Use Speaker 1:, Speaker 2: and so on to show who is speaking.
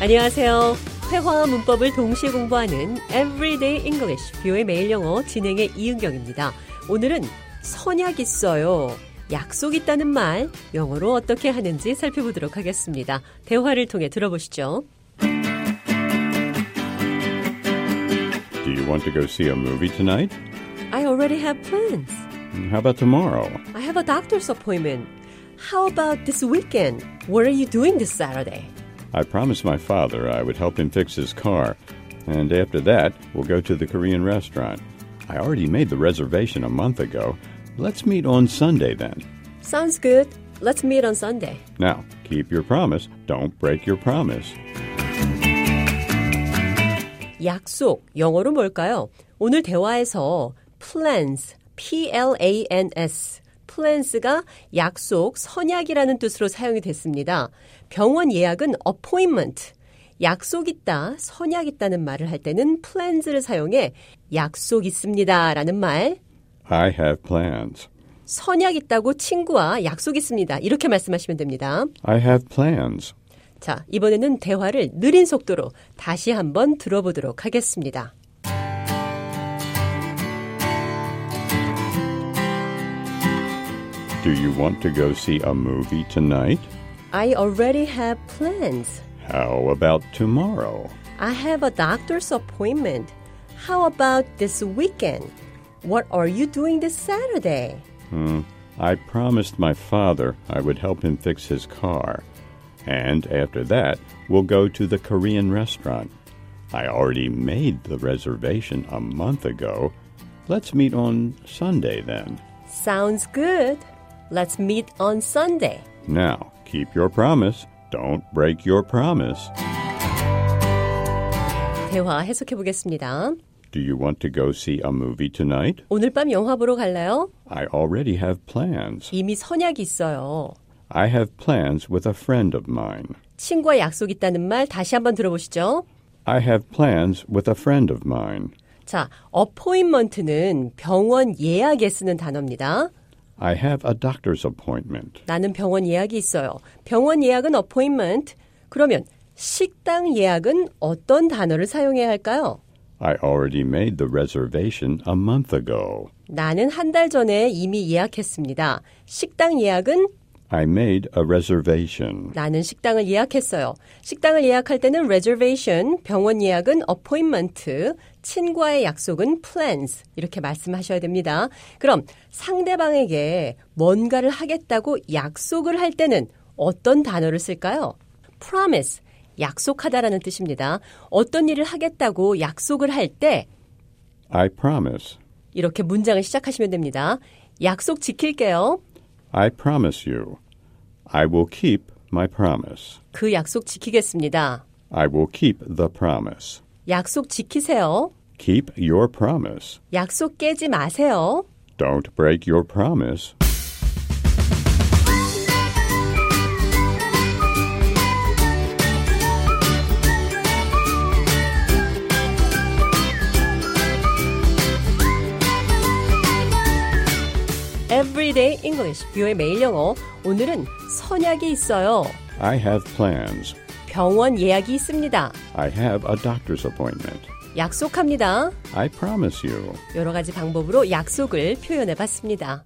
Speaker 1: 안녕하세요. 회화와 문법을 동시에 공부하는 Everyday English, 뷰의 매일 영어 진행의 이은경입니다. 오늘은 선약 있어요. 약속 있다는 말, 영어로 어떻게 하는지 살펴보도록 하겠습니다. 대화를 통해 들어보시죠.
Speaker 2: Do you want to go see a movie tonight?
Speaker 1: I already have plans.
Speaker 2: How about tomorrow?
Speaker 1: I have a doctor's appointment. How about this weekend? What are you doing this Saturday?
Speaker 2: I promised my father I would help him fix his car, and after that, we'll go to the Korean restaurant. I already made the reservation a month ago. Let's meet on Sunday then.
Speaker 1: Sounds good. Let's meet on Sunday.
Speaker 2: Now, keep your promise. Don't break your promise.
Speaker 1: 약속, 영어로 뭘까요? 오늘 대화에서 plans, P-L-A-N-S, plans가 약속, 선약이라는 뜻으로 사용이 됐습니다. 병원 예약은 appointment, 약속 있다, 선약 있다는 말을 할 때는 plans를 사용해 약속 있습니다 라는 말,
Speaker 2: I have plans.
Speaker 1: 선약 있다고 친구와 약속 있습니다. 이렇게 말씀하시면 됩니다.
Speaker 2: I have plans.
Speaker 1: 자, 이번에는 대화를 느린 속도로 다시 한번 들어보도록 하겠습니다.
Speaker 2: Do you want to go see a movie tonight?
Speaker 1: I already have plans.
Speaker 2: How about tomorrow?
Speaker 1: I have a doctor's appointment. How about this weekend? What are you doing this Saturday?
Speaker 2: Hmm. I promised my father I would help him fix his car. And after that, we'll go to the Korean restaurant. I already made the reservation a month ago. Let's meet on Sunday then.
Speaker 1: Sounds good. Let's meet on Sunday.
Speaker 2: Now, keep your promise. Don't break your promise.
Speaker 1: 대화 해석해 보겠습니다.
Speaker 2: Do you want to go see a movie tonight?
Speaker 1: 오늘 밤 영화 보러 갈래요?
Speaker 2: I already have plans.
Speaker 1: 이미 선약이 있어요.
Speaker 2: I have plans with a friend of mine.
Speaker 1: 친구와 약속 있다는 말 다시 한번 들어보시죠.
Speaker 2: I have plans with a friend of mine.
Speaker 1: 자, 어포인먼트는 병원 예약에 쓰는 단어입니다.
Speaker 2: I have a doctor's appointment.
Speaker 1: 나는 병원 예약이 있어요. 병원 예약은 어포인먼트. 그러면 식당 예약은 어떤 단어를 사용해야 할까요?
Speaker 2: I already made the reservation a month ago.
Speaker 1: 나는 한 달 전에 이미 예약했습니다. 식당 예약은
Speaker 2: I made a reservation.
Speaker 1: 나는 식당을 예약했어요. 식당을 예약할 때는 reservation, 병원 예약은 appointment, 친구와의 약속은 plans 이렇게 말씀하셔야 됩니다. 그럼 상대방에게 뭔가를 하겠다고 약속을 할 때는 어떤 단어를 쓸까요? promise, 약속하다라는 뜻입니다. 어떤 일을 하겠다고 약속을 할 때
Speaker 2: I promise.
Speaker 1: 이렇게 문장을 시작하시면 됩니다. 약속 지킬게요.
Speaker 2: I promise you. I will keep my promise.
Speaker 1: 그 약속 지키겠습니다.
Speaker 2: I will keep the promise.
Speaker 1: 약속 지키세요.
Speaker 2: Keep your promise.
Speaker 1: 약속 깨지 마세요.
Speaker 2: Don't break your promise.
Speaker 1: Everyday English, 뷰의 매일 영어. 오늘은 선약이 있어요.
Speaker 2: I have plans.
Speaker 1: 병원 예약이 있습니다.
Speaker 2: I have a doctor's appointment.
Speaker 1: 약속합니다.
Speaker 2: I promise you.
Speaker 1: 여러 가지 방법으로 약속을 표현해 봤습니다.